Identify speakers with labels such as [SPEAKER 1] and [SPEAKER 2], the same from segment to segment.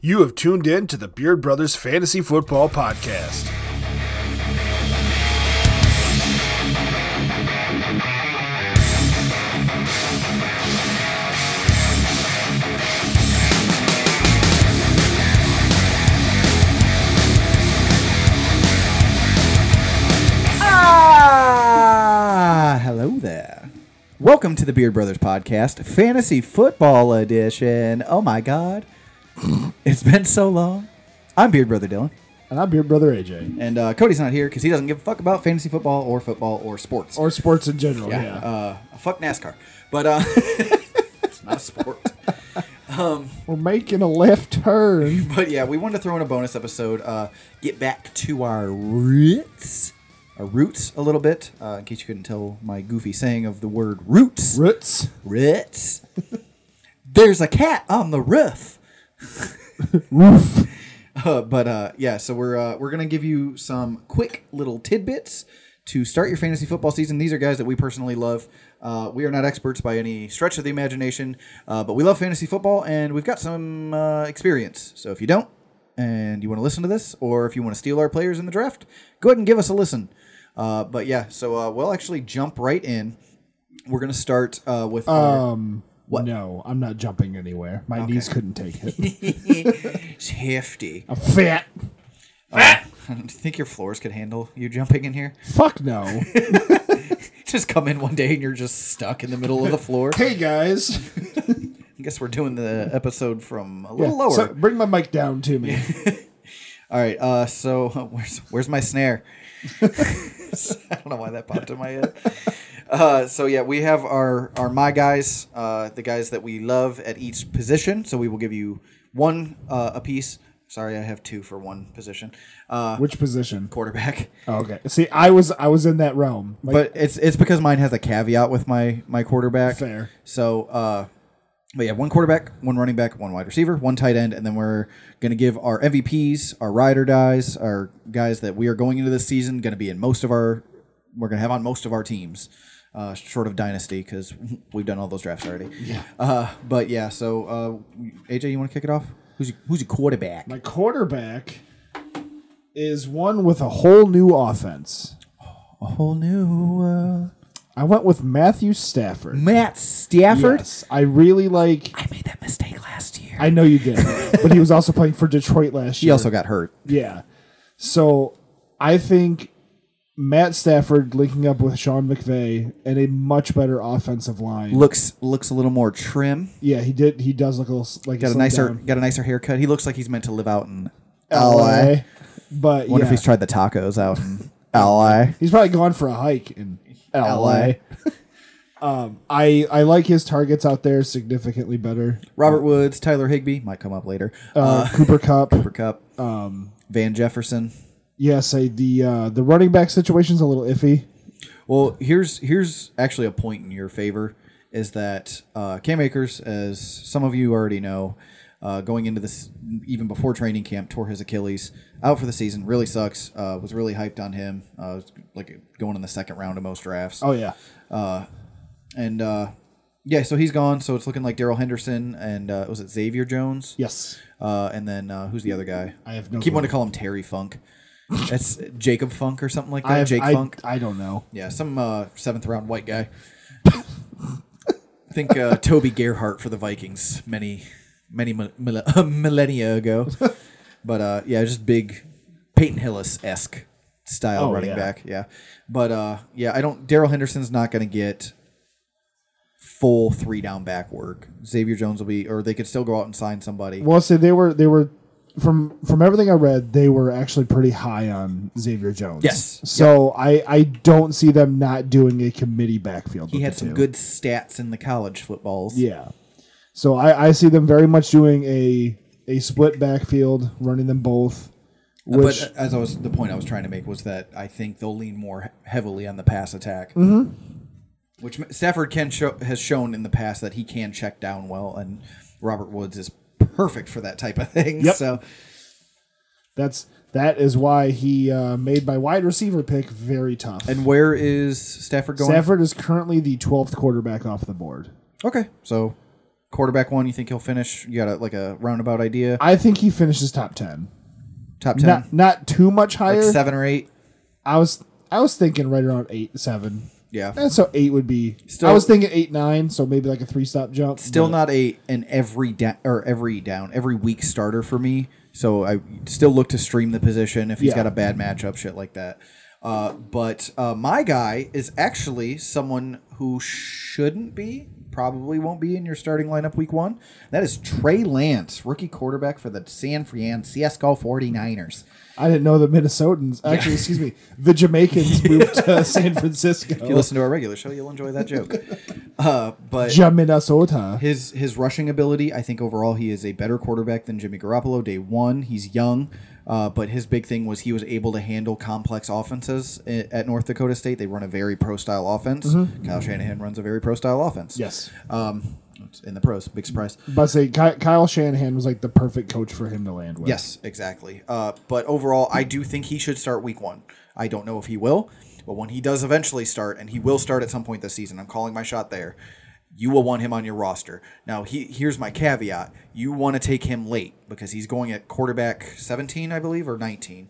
[SPEAKER 1] You have tuned in to the Beard Brothers Fantasy Football Podcast.
[SPEAKER 2] Ah, hello there. Welcome to the Beard Brothers Podcast, Fantasy Football Edition. Oh my God. it's been so long. I'm Beard Brother Dylan.
[SPEAKER 3] And I'm your brother AJ.
[SPEAKER 2] And uh, Cody's not here because he doesn't give a fuck about fantasy football or football or sports.
[SPEAKER 3] Or sports in general, yeah.
[SPEAKER 2] Uh, fuck NASCAR. But uh, it's not a sport.
[SPEAKER 3] We're making a left turn.
[SPEAKER 2] but yeah, we wanted to throw in a bonus episode, uh, get back to our roots. Our roots a little bit, uh, in case you couldn't tell my goofy saying of the word roots.
[SPEAKER 3] Roots.
[SPEAKER 2] Ritz. There's a cat on the roof.
[SPEAKER 3] Roof.
[SPEAKER 2] Uh, but uh, yeah, so we're uh, we're gonna give you some quick little tidbits to start your fantasy football season. These are guys that we personally love. Uh, we are not experts by any stretch of the imagination, uh, but we love fantasy football and we've got some uh, experience. So if you don't and you want to listen to this, or if you want to steal our players in the draft, go ahead and give us a listen. Uh, but yeah, so uh, we'll actually jump right in. We're gonna start uh, with our-
[SPEAKER 3] Um
[SPEAKER 2] What?
[SPEAKER 3] No, I'm not jumping anywhere. My knees couldn't take it.
[SPEAKER 2] It's hefty.
[SPEAKER 3] I'm fat.
[SPEAKER 2] Do you think your floors could handle you jumping in here?
[SPEAKER 3] Fuck no.
[SPEAKER 2] Just come in one day and you're just stuck in the middle of the floor. I
[SPEAKER 3] hey guys.
[SPEAKER 2] guess we're doing the episode from a little lower.
[SPEAKER 3] So, bring my mic down to me.
[SPEAKER 2] All right. Uh, so where's where's my snare? I don't know why that popped in my head. Uh, so yeah, we have our our my guys, uh, the guys that we love at each position. So we will give you one uh, a piece. Sorry, I have two for one position. Uh,
[SPEAKER 3] Which position?
[SPEAKER 2] quarterback.
[SPEAKER 3] Oh, okay. See, I was I was in that realm. Like,
[SPEAKER 2] but it's it's because mine has a caveat with my my quarterback.
[SPEAKER 3] Fair.
[SPEAKER 2] So, uh, but yeah, one quarterback, one running back, one wide receiver, one tight end, and then we're gonna give our MVPs, our ride or dies, our guys that we are going into this season gonna be in most of our we're gonna have on most of our teams, uh, short of dynasty because we've done all those drafts already. Yeah. Uh, but yeah, so uh, AJ, you want to kick it off? Who's your, who's your quarterback?
[SPEAKER 3] my quarterback is one with a whole new offense.
[SPEAKER 2] A whole new uh,
[SPEAKER 3] I went with Matthew Stafford.
[SPEAKER 2] Matt Stafford.
[SPEAKER 3] Yes, I really like
[SPEAKER 2] I made that mistake last year.
[SPEAKER 3] I know you did. but he was also playing for Detroit last year.
[SPEAKER 2] He also got hurt.
[SPEAKER 3] Yeah. So I think Matt Stafford linking up with Sean McVay and a much better offensive line.
[SPEAKER 2] Looks looks a little more trim.
[SPEAKER 3] Yeah, he did. He does look a little, like
[SPEAKER 2] Got a
[SPEAKER 3] slimmed
[SPEAKER 2] nicer
[SPEAKER 3] down
[SPEAKER 2] got a nicer haircut. He looks like he's meant to live out in LA.
[SPEAKER 3] LA. But
[SPEAKER 2] Wonder
[SPEAKER 3] yeah,
[SPEAKER 2] if he's tried the tacos out in LA.
[SPEAKER 3] he's probably gone for a hike in LA. um, I I like his targets out there significantly better.
[SPEAKER 2] Robert Woods, Tyler Higby might come up later.
[SPEAKER 3] Uh, Cooper Cup.
[SPEAKER 2] Cooper Cup, um, Van Jefferson.
[SPEAKER 3] Yeah, say the uh, the running back situation's a little iffy.
[SPEAKER 2] Well, here's here's actually a point in your favor is that uh, Cam Akers, as some of you already know, uh, going into this even before training camp, tore his Achilles, out for the season. Really sucks. Uh, was really hyped on him. Uh, was like going in the second round of most drafts.
[SPEAKER 3] Oh yeah,
[SPEAKER 2] and uh, yeah, so he's gone. So it's looking like Daryl Henderson and uh, was it Xavier Jones?
[SPEAKER 3] yes.
[SPEAKER 2] Uh, and then uh, who's the other guy?
[SPEAKER 3] I have no
[SPEAKER 2] Keep
[SPEAKER 3] clue.
[SPEAKER 2] wanting to call him Terry Funk. That's Jacob Funk or something like that.
[SPEAKER 3] I have,
[SPEAKER 2] Jake
[SPEAKER 3] I,
[SPEAKER 2] Funk.
[SPEAKER 3] I don't know.
[SPEAKER 2] Yeah, some uh, seventh round white guy. I think uh, Toby Gerhart for the Vikings many, many mil- mil- uh, millennia ago. But uh, yeah, just big Peyton Hillis esque style
[SPEAKER 3] Oh,
[SPEAKER 2] running
[SPEAKER 3] yeah.
[SPEAKER 2] back. Yeah. But uh, yeah, I don't. Daryl Henderson's not going to get full three down back work. Xavier Jones will be, or they could still go out and sign somebody.
[SPEAKER 3] Well, see, they were they were from from everything I read, they were actually pretty high on Xavier Jones.
[SPEAKER 2] Yes.
[SPEAKER 3] So I I don't see them not doing a committee backfield.
[SPEAKER 2] he
[SPEAKER 3] with
[SPEAKER 2] had
[SPEAKER 3] the
[SPEAKER 2] some
[SPEAKER 3] two.
[SPEAKER 2] good stats in the college footballs.
[SPEAKER 3] Yeah. So I I see them very much doing a a split backfield, running them both. Which
[SPEAKER 2] Uh, but as I was, the point I was trying to make was that I think they'll lean more heavily on the pass attack,
[SPEAKER 3] Mm-hmm.
[SPEAKER 2] which Stafford can show, has shown in the past that he can check down well, and Robert Woods is perfect for that type of thing.
[SPEAKER 3] Yep.
[SPEAKER 2] So
[SPEAKER 3] that's that is why he uh, made my wide receiver pick very tough.
[SPEAKER 2] and where is Stafford going?
[SPEAKER 3] Stafford is currently the twelfth quarterback off the board.
[SPEAKER 2] Okay, so quarterback one, you think he'll finish? You got a, like a roundabout idea?
[SPEAKER 3] I think he finishes top ten.
[SPEAKER 2] Top ten,
[SPEAKER 3] Not not too much higher.
[SPEAKER 2] like seven or eight.
[SPEAKER 3] I was I was thinking right around eight seven.
[SPEAKER 2] Yeah,
[SPEAKER 3] And so eight would be.
[SPEAKER 2] Still-
[SPEAKER 3] I was thinking eight nine, so maybe like a three stop jump.
[SPEAKER 2] still
[SPEAKER 3] but-
[SPEAKER 2] not a an every down or every down every week starter for me. So I still look to stream the position if he's
[SPEAKER 3] Yeah.
[SPEAKER 2] got a bad matchup, shit like that. Uh, but uh, my guy is actually someone who shouldn't be, probably won't be in your starting lineup week one. That is Trey Lance, rookie quarterback for the San Fran CSGO 49ers.
[SPEAKER 3] I didn't know the Minnesotans. Actually, excuse me, the Jamaicans moved to San
[SPEAKER 2] If you
[SPEAKER 3] Francisco.
[SPEAKER 2] listen to our regular show, you'll enjoy that joke. Uh, but
[SPEAKER 3] Ja Minnesota.
[SPEAKER 2] His his rushing ability, I think overall he is a better quarterback than Jimmy Garoppolo. Day one, he's young, uh, but his big thing was he was able to handle complex offenses i- at North Dakota State. They run a very pro style offense. Kyle Shanahan runs a very pro style offense.
[SPEAKER 3] Yes.
[SPEAKER 2] um, it's in the pros, big surprise.
[SPEAKER 3] But say Ky- Kyle Shanahan was like the perfect coach for him to land with.
[SPEAKER 2] Yes, exactly. Uh, but overall, I do think he should start week one. I don't know if he will, but when he does eventually start, and he will start at some point this season, I'm calling my shot there. You will want him on your roster. Now, he, here's my caveat: you want to take him late because he's going at quarterback 17, I believe, or 19.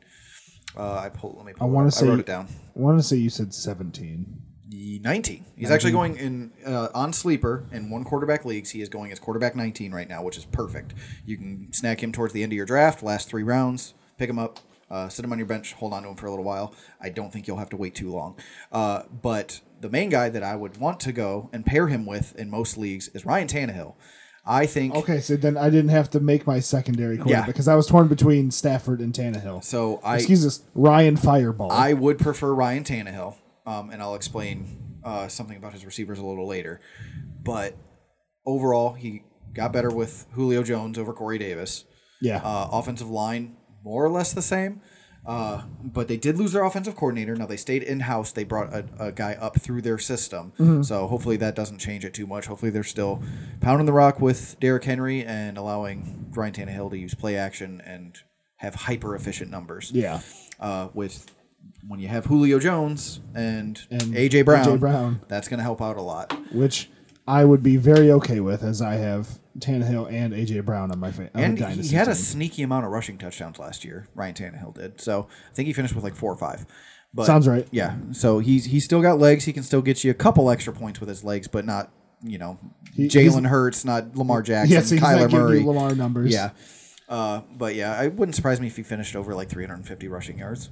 [SPEAKER 2] Uh, I pull. Let me.
[SPEAKER 3] I
[SPEAKER 2] Pull
[SPEAKER 3] want to say
[SPEAKER 2] I wrote it down.
[SPEAKER 3] I want to say you said seventeen.
[SPEAKER 2] The 19. He's actually going in uh, on sleeper in one quarterback leagues. He is going as quarterback 19 right now, which is perfect. You can snag him towards the end of your draft, last three rounds, pick him up, uh, sit him on your bench, hold on to him for a little while. I don't think you'll have to wait too long. Uh, but the main guy that I would want to go and pair him with in most leagues is Ryan Tannehill. I think.
[SPEAKER 3] Okay, so then I didn't have to make my secondary quarterback
[SPEAKER 2] Yeah.
[SPEAKER 3] because I was torn between Stafford and Tannehill.
[SPEAKER 2] So I
[SPEAKER 3] excuse us, Ryan Fireball.
[SPEAKER 2] I would prefer Ryan Tannehill, um, and I'll explain uh, something about his receivers a little later. But overall, he got better with Julio Jones over Corey Davis.
[SPEAKER 3] yeah,
[SPEAKER 2] Uh, offensive line, more or less the same. Uh, but they did lose their offensive coordinator. Now they stayed in house. They brought a, a guy up through their system. So hopefully that doesn't change it too much. Hopefully they're still pounding the rock with Derrick Henry and allowing Ryan Tannehill to use play action and have hyper efficient numbers
[SPEAKER 3] yeah.
[SPEAKER 2] uh, with when you have Julio Jones and,
[SPEAKER 3] And
[SPEAKER 2] AJ Brown,
[SPEAKER 3] A.J. Brown.
[SPEAKER 2] that's going to help out a lot.
[SPEAKER 3] Which I would be very okay with, as I have Tannehill and AJ Brown on my fa- on
[SPEAKER 2] And
[SPEAKER 3] the dynasty
[SPEAKER 2] he had a
[SPEAKER 3] team.
[SPEAKER 2] sneaky amount of rushing touchdowns last year. Ryan Tannehill did, so I think he finished with like four or five. But
[SPEAKER 3] Sounds right.
[SPEAKER 2] Yeah, so he's he's still got legs. He can still get you a couple extra points with his legs, but not you know
[SPEAKER 3] he's-
[SPEAKER 2] Jalen Hurts, not Lamar Jackson,
[SPEAKER 3] Yes, he's not
[SPEAKER 2] Kyler
[SPEAKER 3] giving you
[SPEAKER 2] Murray,
[SPEAKER 3] Lamar numbers.
[SPEAKER 2] Yeah, uh, but yeah, it wouldn't surprise me if he finished over like 350 rushing yards.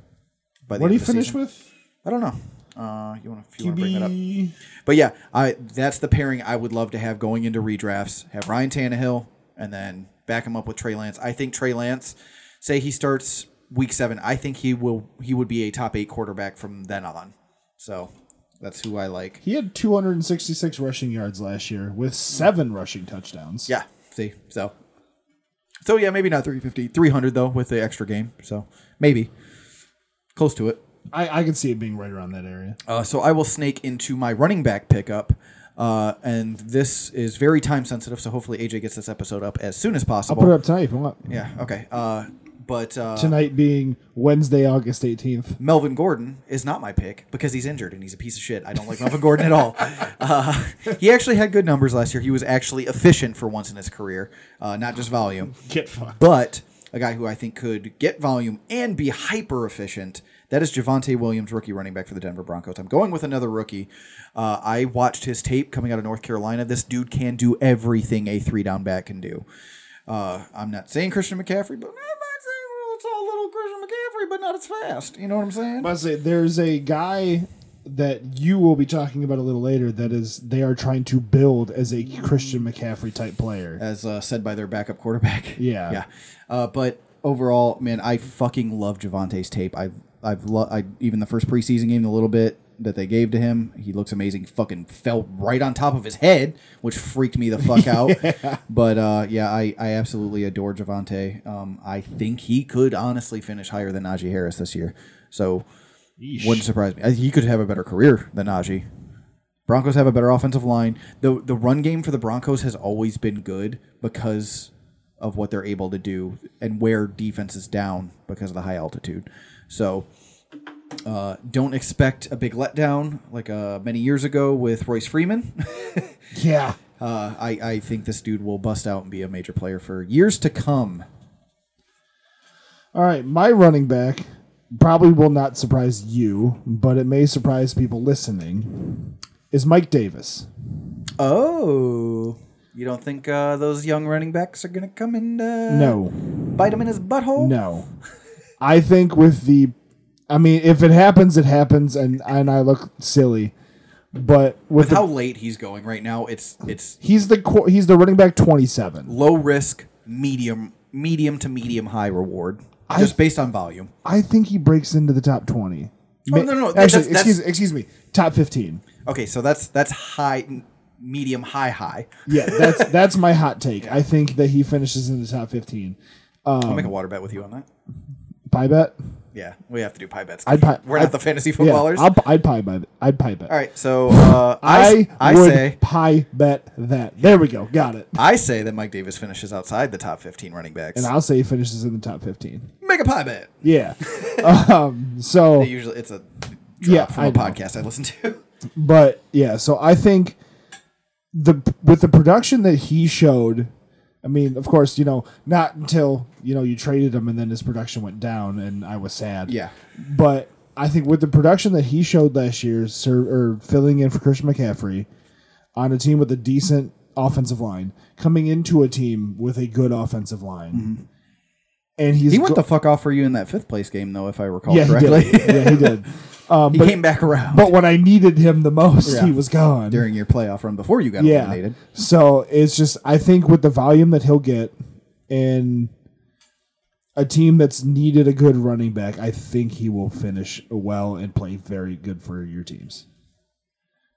[SPEAKER 2] By the
[SPEAKER 3] What
[SPEAKER 2] end
[SPEAKER 3] did he
[SPEAKER 2] of the
[SPEAKER 3] finish
[SPEAKER 2] season.
[SPEAKER 3] with?
[SPEAKER 2] I don't know. Uh, you want to bring that up?
[SPEAKER 3] QB.
[SPEAKER 2] But yeah, I that's the pairing I would love to have going into redrafts. Have Ryan Tannehill and then back him up with Trey Lance. I think Trey Lance, say he starts week seven, I think he will he would be a top eight quarterback from then on. So that's who I like.
[SPEAKER 3] He had 266 rushing yards last year with seven rushing touchdowns.
[SPEAKER 2] Yeah. See, so so yeah, maybe not 350, 300 though with the extra game. So maybe close to it.
[SPEAKER 3] I, I could see it being right around that area.
[SPEAKER 2] Uh, so I will snake into my running back pickup. Uh, and this is very time sensitive, so hopefully AJ gets this episode up as soon as possible.
[SPEAKER 3] Put it up tonight if you want.
[SPEAKER 2] Yeah. Okay. Uh, but uh,
[SPEAKER 3] Tonight being Wednesday, August 18th.
[SPEAKER 2] Melvin Gordon is not my pick because he's injured and he's a piece of shit. I don't like Melvin Gordon at all. Uh, he actually had good numbers last year. He was actually efficient for once in his career, uh, not just volume.
[SPEAKER 3] Get fucked.
[SPEAKER 2] But a guy who I think could get volume and be hyper efficient. That is Javante Williams, rookie running back for the Denver Broncos. I'm going with another rookie. Uh, I watched his tape coming out of North Carolina. This dude can do everything a three down back can do. Uh, I'm not saying Christian McCaffrey, but I might say well, it's all little Christian McCaffrey, but not as fast. You know what I'm saying?
[SPEAKER 3] But I say, there's a guy that you will be talking about a little later that is they are trying to build as a Christian McCaffrey type player.
[SPEAKER 2] as uh, said by their backup quarterback.
[SPEAKER 3] Yeah.
[SPEAKER 2] yeah. Uh, but overall, man, I fucking love Javante's tape. I've I've lo- I even the first preseason game, the little bit that they gave to him, he looks amazing. Fucking fell right on top of his head, which freaked me the fuck out. But uh, yeah, I, I absolutely adore Javante. Um, I think he could honestly finish higher than Najee Harris this year. So wouldn't surprise me. I- He could have a better career than Najee. Broncos have a better offensive line. The the run game for the Broncos has always been good because of what they're able to do and where defense is down because of the high altitude. So uh, don't expect a big letdown like uh, many years ago with Royce Freeman.
[SPEAKER 3] yeah.
[SPEAKER 2] Uh, I, I think this dude will bust out and be a major player for years to come.
[SPEAKER 3] All right, my running back probably will not surprise you, but it may surprise people listening. Is Mike Davis?
[SPEAKER 2] Oh, you don't think uh, those young running backs are gonna come and uh,
[SPEAKER 3] No,
[SPEAKER 2] bite him in his butthole?
[SPEAKER 3] no. I think with the, I mean, if it happens, it happens, and and I look silly, but with,
[SPEAKER 2] With
[SPEAKER 3] the,
[SPEAKER 2] how late he's going right now, it's it's
[SPEAKER 3] he's the qu- he's the running back twenty seven.
[SPEAKER 2] low risk, medium medium to medium high reward, just based on volume.
[SPEAKER 3] I think he breaks into the top twenty.
[SPEAKER 2] Oh, no, no, no, that's-
[SPEAKER 3] Actually,
[SPEAKER 2] that's-
[SPEAKER 3] excuse excuse me, top fifteen.
[SPEAKER 2] Okay, so that's that's high, medium high high.
[SPEAKER 3] Yeah, that's that's my hot take. I think that he finishes in the top fifteen.
[SPEAKER 2] I'll
[SPEAKER 3] Um,
[SPEAKER 2] make a water bet with you on that.
[SPEAKER 3] Pie bet.
[SPEAKER 2] Yeah, we have to do pie bets.
[SPEAKER 3] I'd pie,
[SPEAKER 2] We're
[SPEAKER 3] I'd-
[SPEAKER 2] not the fantasy
[SPEAKER 3] yeah,
[SPEAKER 2] footballers.
[SPEAKER 3] I'll, I'd pie bet. I'd pie bet.
[SPEAKER 2] All right, so uh, I
[SPEAKER 3] I,
[SPEAKER 2] I,
[SPEAKER 3] would
[SPEAKER 2] say
[SPEAKER 3] pie bet that. There we go. Got it.
[SPEAKER 2] I say that Mike Davis finishes outside the top fifteen running backs.
[SPEAKER 3] And I'll say he finishes in the top fifteen.
[SPEAKER 2] make a pie bet.
[SPEAKER 3] Yeah. um, so,
[SPEAKER 2] They usually it's a drop
[SPEAKER 3] Yeah,
[SPEAKER 2] from
[SPEAKER 3] I
[SPEAKER 2] a
[SPEAKER 3] know.
[SPEAKER 2] podcast I listen to.
[SPEAKER 3] but yeah. So I think the with the production that he showed. I mean, of course, you know, not until you know you traded him and then his production went down, and I was sad.
[SPEAKER 2] Yeah.
[SPEAKER 3] But I think with the production that he showed last year, ser- or filling in for Christian McCaffrey on a team with a decent offensive line, coming into a team with a good offensive line, and he's
[SPEAKER 2] He went
[SPEAKER 3] go-
[SPEAKER 2] the fuck off for you in that fifth place game though, if I recall
[SPEAKER 3] yeah, he
[SPEAKER 2] correctly.
[SPEAKER 3] did. yeah, he did. Um,
[SPEAKER 2] he
[SPEAKER 3] but,
[SPEAKER 2] came back around
[SPEAKER 3] but when I needed him the most,
[SPEAKER 2] Yeah.
[SPEAKER 3] he was gone.
[SPEAKER 2] during your playoff run before you got
[SPEAKER 3] yeah.
[SPEAKER 2] eliminated.
[SPEAKER 3] So it's just I think with the volume that he'll get and a team that's needed a good running back, I think he will finish well and play very good for your teams.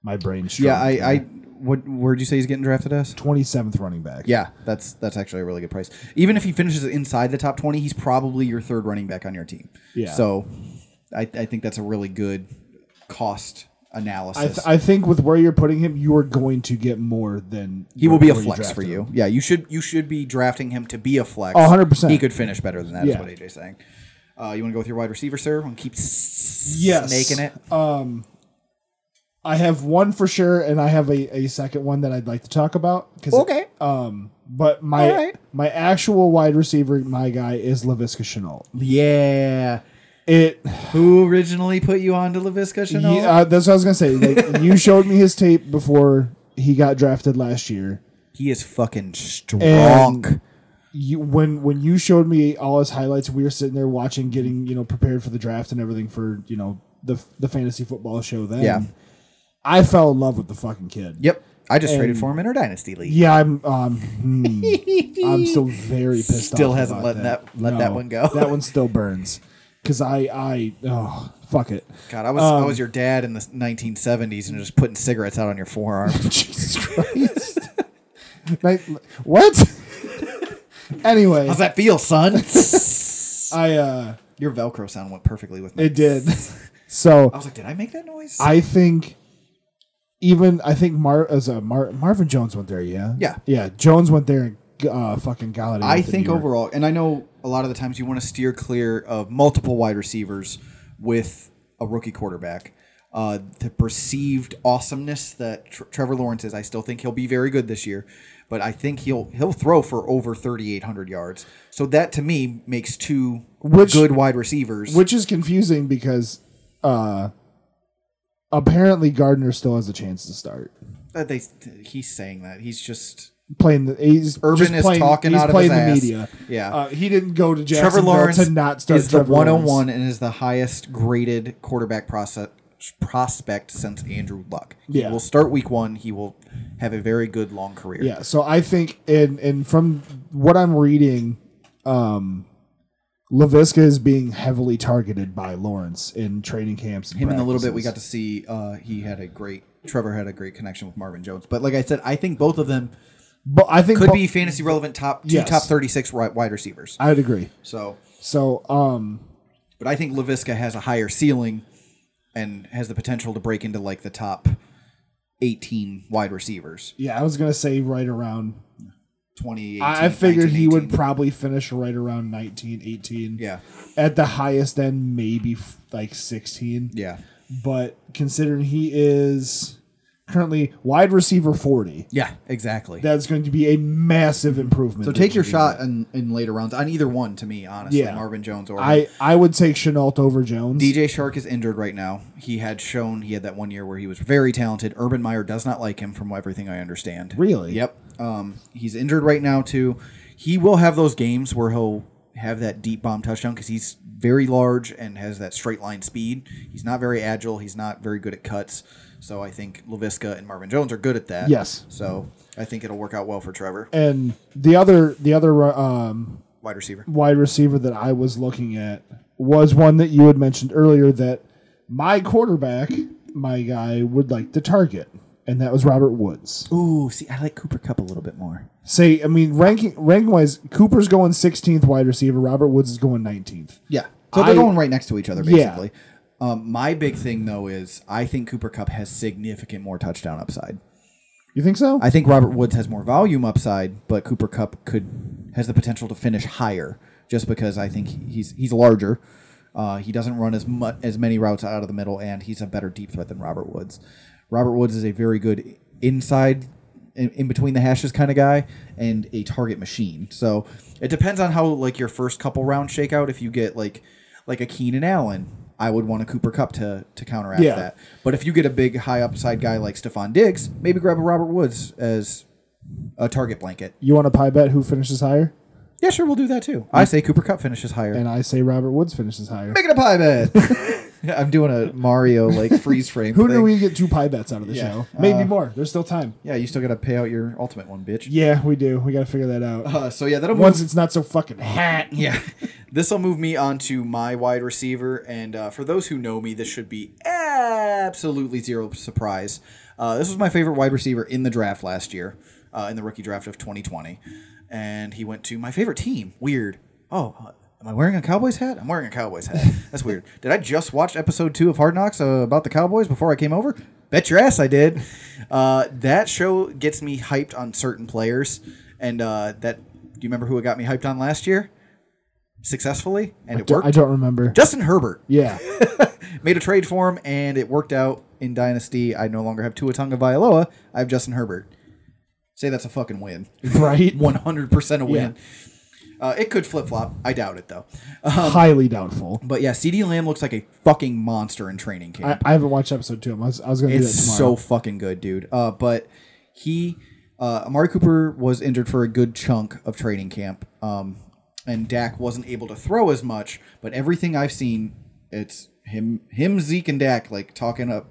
[SPEAKER 3] My brain shrunk.
[SPEAKER 2] Yeah, I, I what where'd you say he's getting drafted as?
[SPEAKER 3] twenty seventh running back.
[SPEAKER 2] Yeah, that's that's actually a really good price. Even if he finishes inside the top twenty, he's probably your third running back on your team.
[SPEAKER 3] Yeah.
[SPEAKER 2] So, I, I think that's a really good cost
[SPEAKER 3] I,
[SPEAKER 2] analysis.
[SPEAKER 3] th- I think with where you're putting him, you are going to get more than
[SPEAKER 2] he will be a
[SPEAKER 3] where you
[SPEAKER 2] flex for
[SPEAKER 3] drafted
[SPEAKER 2] you.
[SPEAKER 3] him.
[SPEAKER 2] Yeah, you should you should be drafting him to be a flex.
[SPEAKER 3] Oh, 100%.
[SPEAKER 2] He could finish better than that. Is
[SPEAKER 3] Yeah.
[SPEAKER 2] what AJ's saying. Uh, you want to go with your wide receiver, sir? And keep s-
[SPEAKER 3] Yes.
[SPEAKER 2] snaking it.
[SPEAKER 3] I have one for sure, and I have a, a second one that I'd like to talk about. 'cause it- um,
[SPEAKER 2] okay.
[SPEAKER 3] but my
[SPEAKER 2] All right.
[SPEAKER 3] my actual wide receiver, my guy, is Lavisca Chenault.
[SPEAKER 2] yeah.
[SPEAKER 3] It
[SPEAKER 2] Who originally put you onto Lavisca Chenault?
[SPEAKER 3] Yeah, uh, that's what I was gonna say. Like, you showed me his tape before he got drafted last year.
[SPEAKER 2] He is fucking strong.
[SPEAKER 3] And- You when when you showed me all his highlights, we were sitting there watching, getting you know prepared for the draft and everything for you know the the fantasy football show. Then
[SPEAKER 2] Yeah.
[SPEAKER 3] I fell in love with the fucking kid.
[SPEAKER 2] Yep. I just traded for him in our dynasty league.
[SPEAKER 3] Yeah, I'm. Um, hmm. I'm still very pissed.
[SPEAKER 2] Still
[SPEAKER 3] off
[SPEAKER 2] hasn't
[SPEAKER 3] about
[SPEAKER 2] let that- let that one go.
[SPEAKER 3] that one still burns. Cause I I oh fuck it.
[SPEAKER 2] God, I was I
[SPEAKER 3] um,
[SPEAKER 2] was your dad in the 1970s and just putting cigarettes out on your forearm.
[SPEAKER 3] Jesus Christ. like, what? anyway,
[SPEAKER 2] How's that feel, son?
[SPEAKER 3] I uh
[SPEAKER 2] your Velcro sound went perfectly with me.
[SPEAKER 3] it did. so
[SPEAKER 2] I was like, did I make that noise?
[SPEAKER 3] I think even I think Mar as a Mar- Marvin Jones went there, yeah.
[SPEAKER 2] Yeah.
[SPEAKER 3] Yeah, Jones went there and uh fucking Galladay.
[SPEAKER 2] I
[SPEAKER 3] went to
[SPEAKER 2] think
[SPEAKER 3] New York.
[SPEAKER 2] overall, and I know a lot of the times you want to steer clear of multiple wide receivers with a rookie quarterback. Uh, the perceived awesomeness that tr- Trevor Lawrence is, I still think he'll be very good this year, but I think he'll he'll throw for over 3,800 yards. So that to me makes two
[SPEAKER 3] Which-
[SPEAKER 2] good wide receivers.
[SPEAKER 3] which is confusing because uh apparently Gardner still has a chance to start.
[SPEAKER 2] Uh, they he's saying that he's just
[SPEAKER 3] Playing the he's
[SPEAKER 2] Urban
[SPEAKER 3] just
[SPEAKER 2] is
[SPEAKER 3] playing,
[SPEAKER 2] talking
[SPEAKER 3] he's
[SPEAKER 2] out of
[SPEAKER 3] playing
[SPEAKER 2] his
[SPEAKER 3] the media.
[SPEAKER 2] ass. Yeah.
[SPEAKER 3] Uh, he didn't go to Jacksonville
[SPEAKER 2] Trevor Lawrence
[SPEAKER 3] to not start
[SPEAKER 2] is the
[SPEAKER 3] Trevor Lawrence.
[SPEAKER 2] 101 and is the highest graded quarterback process, prospect since Andrew Luck. He
[SPEAKER 3] Yeah.
[SPEAKER 2] will start week one. He will have a very good long career.
[SPEAKER 3] Yeah, so I think and and from what I'm reading, um LaVisca is being heavily targeted by Lawrence in training camps. And
[SPEAKER 2] Him in a little bit, we got to see uh, he had a great Trevor had a great connection with Marvin Jones. But like I said, I think both of them
[SPEAKER 3] but I think
[SPEAKER 2] could
[SPEAKER 3] bo-
[SPEAKER 2] be fantasy relevant top two
[SPEAKER 3] Yes.
[SPEAKER 2] top 36 ri- wide receivers.
[SPEAKER 3] I'd agree.
[SPEAKER 2] So,
[SPEAKER 3] So um
[SPEAKER 2] but I think Laviska has a higher ceiling and has the potential to break into like the top 18 wide receivers.
[SPEAKER 3] yeah, I was gonna say right around.
[SPEAKER 2] 20
[SPEAKER 3] I, I figured he would probably finish right around 19, 18.
[SPEAKER 2] Yeah.
[SPEAKER 3] at the highest end, maybe f- like 16.
[SPEAKER 2] Yeah.
[SPEAKER 3] but considering he is currently wide receiver 40.
[SPEAKER 2] Yeah, exactly.
[SPEAKER 3] That's going to be a massive improvement.
[SPEAKER 2] so take your shot in, in later rounds on either one. To me, honestly,
[SPEAKER 3] Yeah.
[SPEAKER 2] Marvin Jones or
[SPEAKER 3] I, I would take Chenault over Jones.
[SPEAKER 2] DJ Shark is injured right now. He had shown he had that one year where he was very talented. Urban Meyer does not like him, from everything I understand.
[SPEAKER 3] Really?
[SPEAKER 2] Yep. Um, he's injured right now too. He will have those games where he'll have that deep bomb touchdown because he's very large and has that straight line speed. He's not very agile. He's not very good at cuts. So I think Laviska and Marvin Jones are good at that.
[SPEAKER 3] Yes.
[SPEAKER 2] So I think it'll work out well for Trevor,
[SPEAKER 3] And the other the other um,
[SPEAKER 2] wide receiver.
[SPEAKER 3] wide receiver that I was looking at was one that you had mentioned earlier that my quarterback, my guy, would like to target, and that was Robert Woods.
[SPEAKER 2] Ooh, see, I like Cooper Cup a little bit more.
[SPEAKER 3] Say, I mean, ranking ranking wise, Cooper's going 16th wide receiver, Robert Woods is going 19th.
[SPEAKER 2] Yeah. So they're
[SPEAKER 3] I-
[SPEAKER 2] going right next to each other,
[SPEAKER 3] Yeah.
[SPEAKER 2] basically. Um, my big thing though is I think Cooper Cup has significant more touchdown upside.
[SPEAKER 3] You think so?
[SPEAKER 2] I think Robert Woods has more volume upside, but Cooper Cup could has the potential to finish higher just because I think he's he's larger. Uh, he doesn't run as much as many routes out of the middle, and he's a better deep threat than Robert Woods. Robert Woods is a very good inside, in, in between the hashes kind of guy, and a target machine. So it depends on how like your first couple rounds shake out. If you get like like a Keenan Allen, I would want a Cooper Cup to to counteract
[SPEAKER 3] Yeah.
[SPEAKER 2] that. But if you get a big high upside guy like Stephon Diggs, maybe grab a Robert Woods as a target blanket.
[SPEAKER 3] you want to pie bet who finishes higher?
[SPEAKER 2] Yeah, sure, we'll do that too. I say Cooper Cup finishes higher.
[SPEAKER 3] And I say Robert Woods finishes higher.
[SPEAKER 2] Make it a pie bet. I'm doing a Mario like freeze frame.
[SPEAKER 3] Who do
[SPEAKER 2] thing.
[SPEAKER 3] we get two pie bets out of the
[SPEAKER 2] Yeah. Uh,
[SPEAKER 3] show? Maybe more. There's still time.
[SPEAKER 2] Yeah, you still got to pay out your ultimate one, bitch.
[SPEAKER 3] Yeah, we do. We got to figure that out.
[SPEAKER 2] Uh, so yeah, that'll
[SPEAKER 3] Once it's not so fucking hot.
[SPEAKER 2] Yeah, this will move me on to my wide receiver, and uh, for those who know me, this should be absolutely zero surprise. Uh, this was my favorite wide receiver in the draft last year, uh, in the rookie draft of 2020, and he went to my favorite team. Weird. Oh, uh, am I wearing a Cowboys hat? I'm wearing a Cowboys hat. That's weird. Did I just watch episode two of Hard Knocks uh, about the Cowboys before I came over? Bet your ass I did. Uh, that show gets me hyped on certain players, and uh, that. Do you remember who it got me hyped on last year? successfully, and it worked.
[SPEAKER 3] I don't remember.
[SPEAKER 2] Justin Herbert
[SPEAKER 3] Yeah.
[SPEAKER 2] made a trade for him, and it worked out in Dynasty. I no longer have Tua Tonga Vailoa. I have Justin Herbert. Say that's a fucking win.
[SPEAKER 3] Right?
[SPEAKER 2] 100% a win. Uh, it could flip flop. I doubt it, though. Uh,
[SPEAKER 3] Highly doubtful.
[SPEAKER 2] but yeah, CD Lamb looks like a fucking monster in training camp.
[SPEAKER 3] I, I haven't watched episode two. I was, I was going to do that
[SPEAKER 2] It's
[SPEAKER 3] tomorrow.
[SPEAKER 2] so fucking good, dude. Uh, but he, uh, Amari Cooper was injured for a good chunk of training camp, um, and Dak wasn't able to throw as much. But everything I've seen, it's him, him, Zeke, and Dak like talking up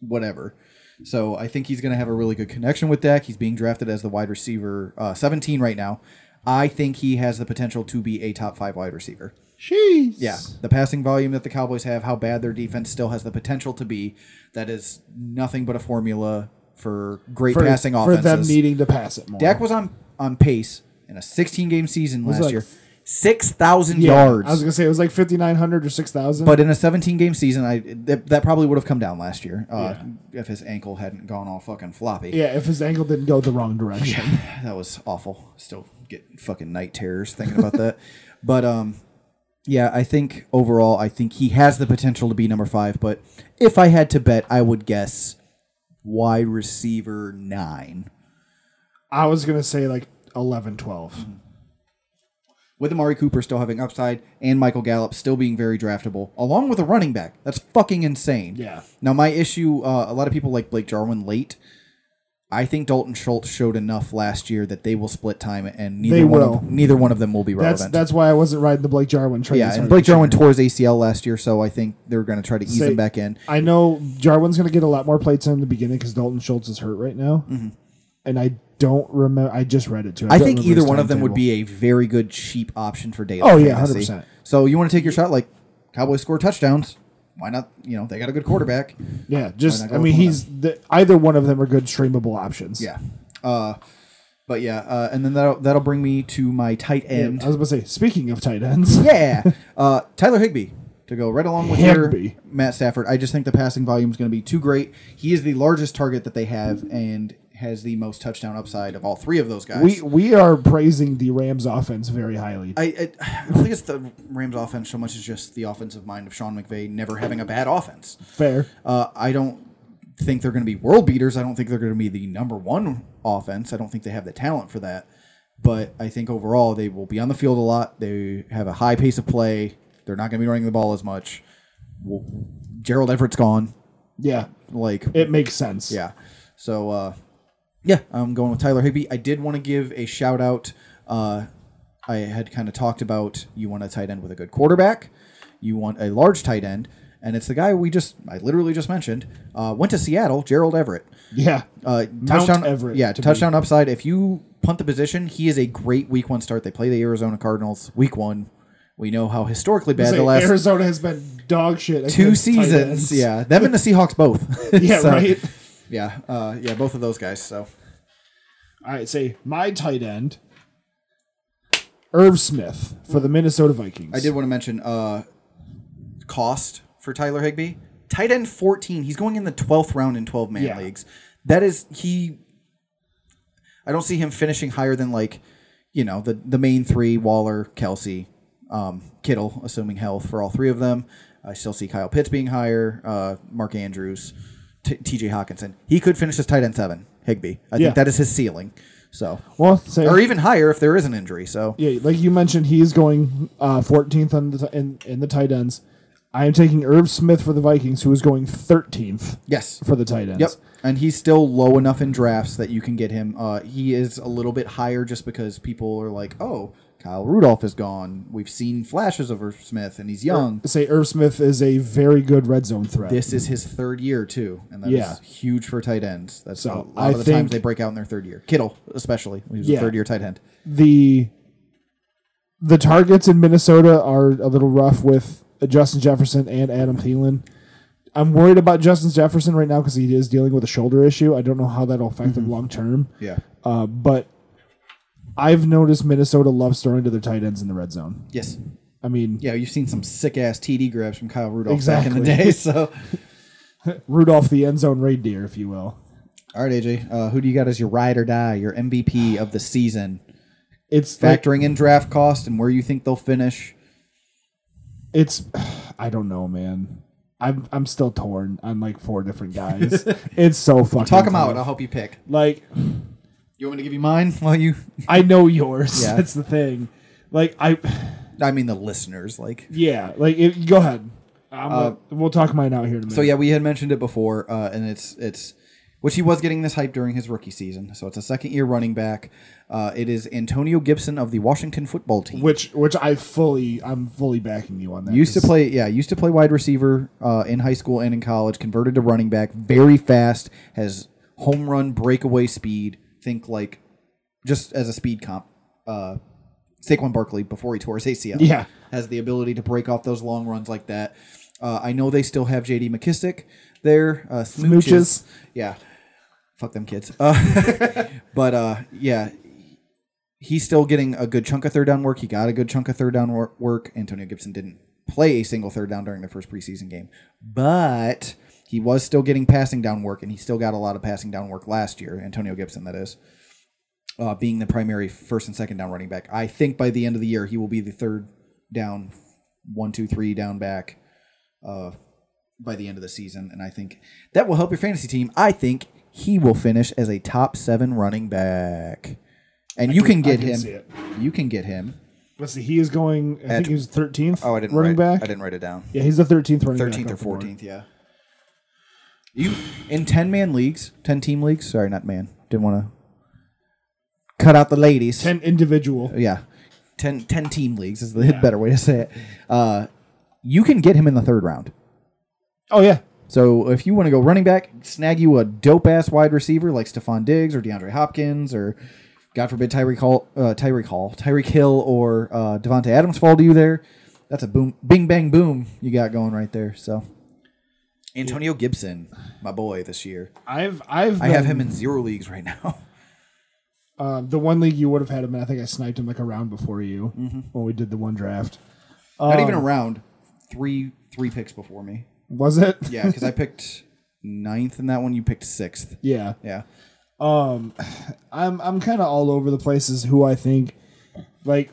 [SPEAKER 2] whatever. So I think he's going to have a really good connection with Dak. He's being drafted as the wide receiver uh, 17 right now. I think he has the potential to be a top five wide receiver.
[SPEAKER 3] Jeez.
[SPEAKER 2] Yeah, the passing volume that the Cowboys have, how bad their defense still has the potential to be, that is nothing but a formula for great
[SPEAKER 3] For,
[SPEAKER 2] passing
[SPEAKER 3] for
[SPEAKER 2] offenses.
[SPEAKER 3] them needing to pass it more.
[SPEAKER 2] Dak was on on pace in a 16 game season last
[SPEAKER 3] like
[SPEAKER 2] year, six thousand
[SPEAKER 3] Yeah,
[SPEAKER 2] yards.
[SPEAKER 3] I was going to say it was like 5,900 or 6,000.
[SPEAKER 2] but in a 17 game season, I that, that probably would have come down last year uh, if his ankle hadn't gone all fucking floppy.
[SPEAKER 3] yeah, if his ankle didn't go the wrong direction.
[SPEAKER 2] that was awful. Still get fucking night terrors thinking about that. But um, yeah, I think overall, I think he has the potential to be number five. But if I had to bet, I would guess wide receiver nine
[SPEAKER 3] I was going to say like 11,
[SPEAKER 2] Mm-hmm.
[SPEAKER 3] 12.
[SPEAKER 2] with Amari Cooper still having upside and Michael Gallup still being very draftable, along with a running back. That's fucking insane.
[SPEAKER 3] Yeah.
[SPEAKER 2] Now my issue, uh, a lot of people like Blake Jarwin late. I think Dalton Schultz showed enough last year that they will split time, and neither
[SPEAKER 3] They
[SPEAKER 2] one
[SPEAKER 3] will.
[SPEAKER 2] Of, neither one of them will be relevant.
[SPEAKER 3] That's that's why I wasn't riding the Blake Jarwin train.
[SPEAKER 2] Yeah,
[SPEAKER 3] this
[SPEAKER 2] and
[SPEAKER 3] hard.
[SPEAKER 2] Blake Jarwin tore his ACL last year, so I think they're going to try to ease
[SPEAKER 3] Say-
[SPEAKER 2] him back in.
[SPEAKER 3] I know Jarwin's going to get a lot more plates in the beginning because Dalton Schultz is hurt right now, and I don't remember. I just read it too.
[SPEAKER 2] Mm-hmm. I
[SPEAKER 3] don't
[SPEAKER 2] think
[SPEAKER 3] remember
[SPEAKER 2] either
[SPEAKER 3] his
[SPEAKER 2] one of them
[SPEAKER 3] timetable.
[SPEAKER 2] would be a very good cheap option for daily.
[SPEAKER 3] Oh, yeah,
[SPEAKER 2] fantasy.
[SPEAKER 3] 100%.
[SPEAKER 2] So you want to take your shot like Cowboys score touchdowns? Why not? You know they got a good quarterback.
[SPEAKER 3] Yeah, just
[SPEAKER 2] not
[SPEAKER 3] I
[SPEAKER 2] go
[SPEAKER 3] mean
[SPEAKER 2] with one of
[SPEAKER 3] he's the, either one of them are good streamable options.
[SPEAKER 2] Yeah. Uh, but yeah, uh, and then that'll that'll bring me to my tight
[SPEAKER 3] I
[SPEAKER 2] end.
[SPEAKER 3] was about to say. Speaking of tight ends,
[SPEAKER 2] Yeah. Uh, Tyler Higby to go right along with your
[SPEAKER 3] Higbee.
[SPEAKER 2] Matt Stafford. I just think the passing volume is going to be too great. He is the largest target that they have and has the most touchdown upside of all three of those guys.
[SPEAKER 3] we we are praising the Rams offense very highly.
[SPEAKER 2] I, I, I don't think it's the Rams' offense so much as just the offensive mind of Sean McVay never having a bad offense.
[SPEAKER 3] Fair.
[SPEAKER 2] Uh, I don't think they're going to be world beaters. I don't think they're going to be the number one offense. I don't think they have the talent for that. But I think overall they will be on the field a lot. They have a high pace of play. They're not going to be running the ball as much. Well, Gerald Everett's gone.
[SPEAKER 3] Yeah,
[SPEAKER 2] Like
[SPEAKER 3] it makes sense.
[SPEAKER 2] yeah. So uh, yeah, I'm going with Tyler Higby. I did want to give a shout out. Uh, I had kind of talked about you want a tight end with a good quarterback, you want a large tight end, and it's the guy we just I literally just mentioned uh, went to Seattle, Gerald Everett.
[SPEAKER 3] yeah.
[SPEAKER 2] Uh, touchdown
[SPEAKER 3] Everett
[SPEAKER 2] Yeah,
[SPEAKER 3] to
[SPEAKER 2] touchdown upside. If you punt the position, he is a great week one start. They play the Arizona Cardinals week one. We know how historically bad
[SPEAKER 3] Say
[SPEAKER 2] the last
[SPEAKER 3] Arizona has been dog shit.
[SPEAKER 2] two
[SPEAKER 3] against tight
[SPEAKER 2] seasons.
[SPEAKER 3] ends.
[SPEAKER 2] Yeah, them and the Seahawks both.
[SPEAKER 3] Yeah,
[SPEAKER 2] So,
[SPEAKER 3] right.
[SPEAKER 2] Yeah, uh, yeah, both of those guys. So
[SPEAKER 3] All right, say my tight end, Irv Smith for the Minnesota Vikings.
[SPEAKER 2] I did want to mention uh, cost for Tyler Higby. Tight end 14. He's going in the 12th round in 12 man
[SPEAKER 3] Yeah.
[SPEAKER 2] leagues. That is, he. I don't see him finishing higher than, like, you know, the, the main three Waller, Kelsey, um, Kittle, assuming health for all three of them. I still see Kyle Pitts being higher, uh, Mark Andrews, T- TJ Hawkinson. He could finish as tight end seven, Higby. I
[SPEAKER 3] Yeah.
[SPEAKER 2] think that is his ceiling. So,
[SPEAKER 3] well, say,
[SPEAKER 2] or even higher if there is an injury. So,
[SPEAKER 3] yeah, like you mentioned, he's going uh, 14th on the t- in, in the tight ends. I am taking Irv Smith for the Vikings, who is going 13th
[SPEAKER 2] yes.
[SPEAKER 3] for the tight ends.
[SPEAKER 2] Yep. And he's still low enough in drafts that you can get him. Uh, he is a little bit higher just because people are like, oh, Kyle Rudolph is gone. We've seen flashes of Irv Smith, and he's young.
[SPEAKER 3] Say Irv Smith is a very good red zone threat.
[SPEAKER 2] This is his third year, too. And that is
[SPEAKER 3] Yeah.
[SPEAKER 2] huge for tight ends. That's
[SPEAKER 3] So,
[SPEAKER 2] a lot
[SPEAKER 3] I
[SPEAKER 2] of the
[SPEAKER 3] think-
[SPEAKER 2] times they break out in their third year. Kittle, especially. He was
[SPEAKER 3] Yeah.
[SPEAKER 2] a third year tight end.
[SPEAKER 3] the the targets in Minnesota are a little rough with uh, Justin Jefferson and Adam Thielen. I'm worried about Justin Jefferson right now because he is dealing with a shoulder issue. I don't know how that'll affect
[SPEAKER 2] Mm-hmm.
[SPEAKER 3] him long term.
[SPEAKER 2] Yeah.
[SPEAKER 3] Uh, but I've noticed Minnesota loves throwing to their tight ends in the red zone.
[SPEAKER 2] Yes.
[SPEAKER 3] I mean,
[SPEAKER 2] Yeah, you've seen some sick ass TD grabs from Kyle Rudolph back in the
[SPEAKER 3] Exactly.
[SPEAKER 2] day. So,
[SPEAKER 3] Rudolph the end zone reindeer, if you will.
[SPEAKER 2] all right, AJ, uh, who do you got as your ride or die, your MVP of the season?
[SPEAKER 3] It's like-
[SPEAKER 2] factoring in draft cost and where you think they'll finish.
[SPEAKER 3] it's I don't know, man. I'm I'm still torn on like four different guys. it's so fucking
[SPEAKER 2] Talk them out.
[SPEAKER 3] tough.
[SPEAKER 2] I'll help you pick.
[SPEAKER 3] Like
[SPEAKER 2] You want me to give you mine while you?
[SPEAKER 3] I know yours.
[SPEAKER 2] Yeah.
[SPEAKER 3] That's the thing. Like I,
[SPEAKER 2] I mean the listeners, like.
[SPEAKER 3] yeah. Like it, go ahead. I'm gonna- we'll talk mine out here in a minute.
[SPEAKER 2] Uh, So yeah, we had mentioned it before, uh, and it's it's, which he was getting this hype during his rookie season. So it's a second year running back. Uh, it is Antonio Gibson of the Washington Football Team.
[SPEAKER 3] which which I fully I'm fully backing you on that.
[SPEAKER 2] used to
[SPEAKER 3] 'cause
[SPEAKER 2] play, yeah, used to play wide receiver uh, in high school and in college. Converted to running back, very fast. Has home run breakaway speed. Think like, just as a speed comp, uh, Saquon Barkley before he tore his ACL.
[SPEAKER 3] Yeah.
[SPEAKER 2] has the ability to break off those long runs like that. Uh, I know they still have J.D. McKissick there. Uh,
[SPEAKER 3] Smooches.
[SPEAKER 2] smooches. yeah. Fuck them kids. Uh, but uh, yeah, he's still getting a good chunk of third down work. He got a good chunk of third down wor- work. Antonio Gibson didn't play a single third down during the first preseason game, but he was still getting passing down work, and he still got a lot of passing down work last year. Antonio Gibson, that is. Uh, being the primary first and second down running back, I think by the end of the year he will be the third down, one, two, three down back uh, by the end of the season, and I think that will help your fantasy team. I think he will finish as a top seven running back, and you can,
[SPEAKER 3] can- I
[SPEAKER 2] get
[SPEAKER 3] can see
[SPEAKER 2] him.
[SPEAKER 3] it.
[SPEAKER 2] You can get him.
[SPEAKER 3] Let's see. He is going. I think he was 13th.
[SPEAKER 2] Oh, I didn't
[SPEAKER 3] running
[SPEAKER 2] write,
[SPEAKER 3] back.
[SPEAKER 2] I didn't write it down.
[SPEAKER 3] Yeah, he's the 13th running back.
[SPEAKER 2] Thirteenth or
[SPEAKER 3] off the board.
[SPEAKER 2] fourteenth, yeah. You in ten man leagues, ten team leagues. Sorry, not man. Didn't want to cut out the ladies.
[SPEAKER 3] Ten individual.
[SPEAKER 2] yeah 10, 10 team leagues is the better way to say it uh, you can get him in the third round
[SPEAKER 3] Oh yeah.
[SPEAKER 2] so if you want to go running back snag you a dope ass wide receiver like Stephon diggs or deandre hopkins or god forbid tyreek hall uh, tyreek hall tyreek hill or uh, devonte adams fall to you there that's a boom bing bang boom you got going right there so antonio gibson my boy this year
[SPEAKER 3] I've I've
[SPEAKER 2] i have
[SPEAKER 3] been-
[SPEAKER 2] him in zero leagues right now
[SPEAKER 3] Uh, the one league you would have had him in, I think I sniped him like a round before you
[SPEAKER 2] Mm-hmm.
[SPEAKER 3] when we did the one draft.
[SPEAKER 2] not even a round three three picks before me
[SPEAKER 3] Was it?
[SPEAKER 2] Yeah, because I picked ninth in that one. You picked sixth.
[SPEAKER 3] yeah.
[SPEAKER 2] Yeah.
[SPEAKER 3] I'm I'm kind of all over the places who I think like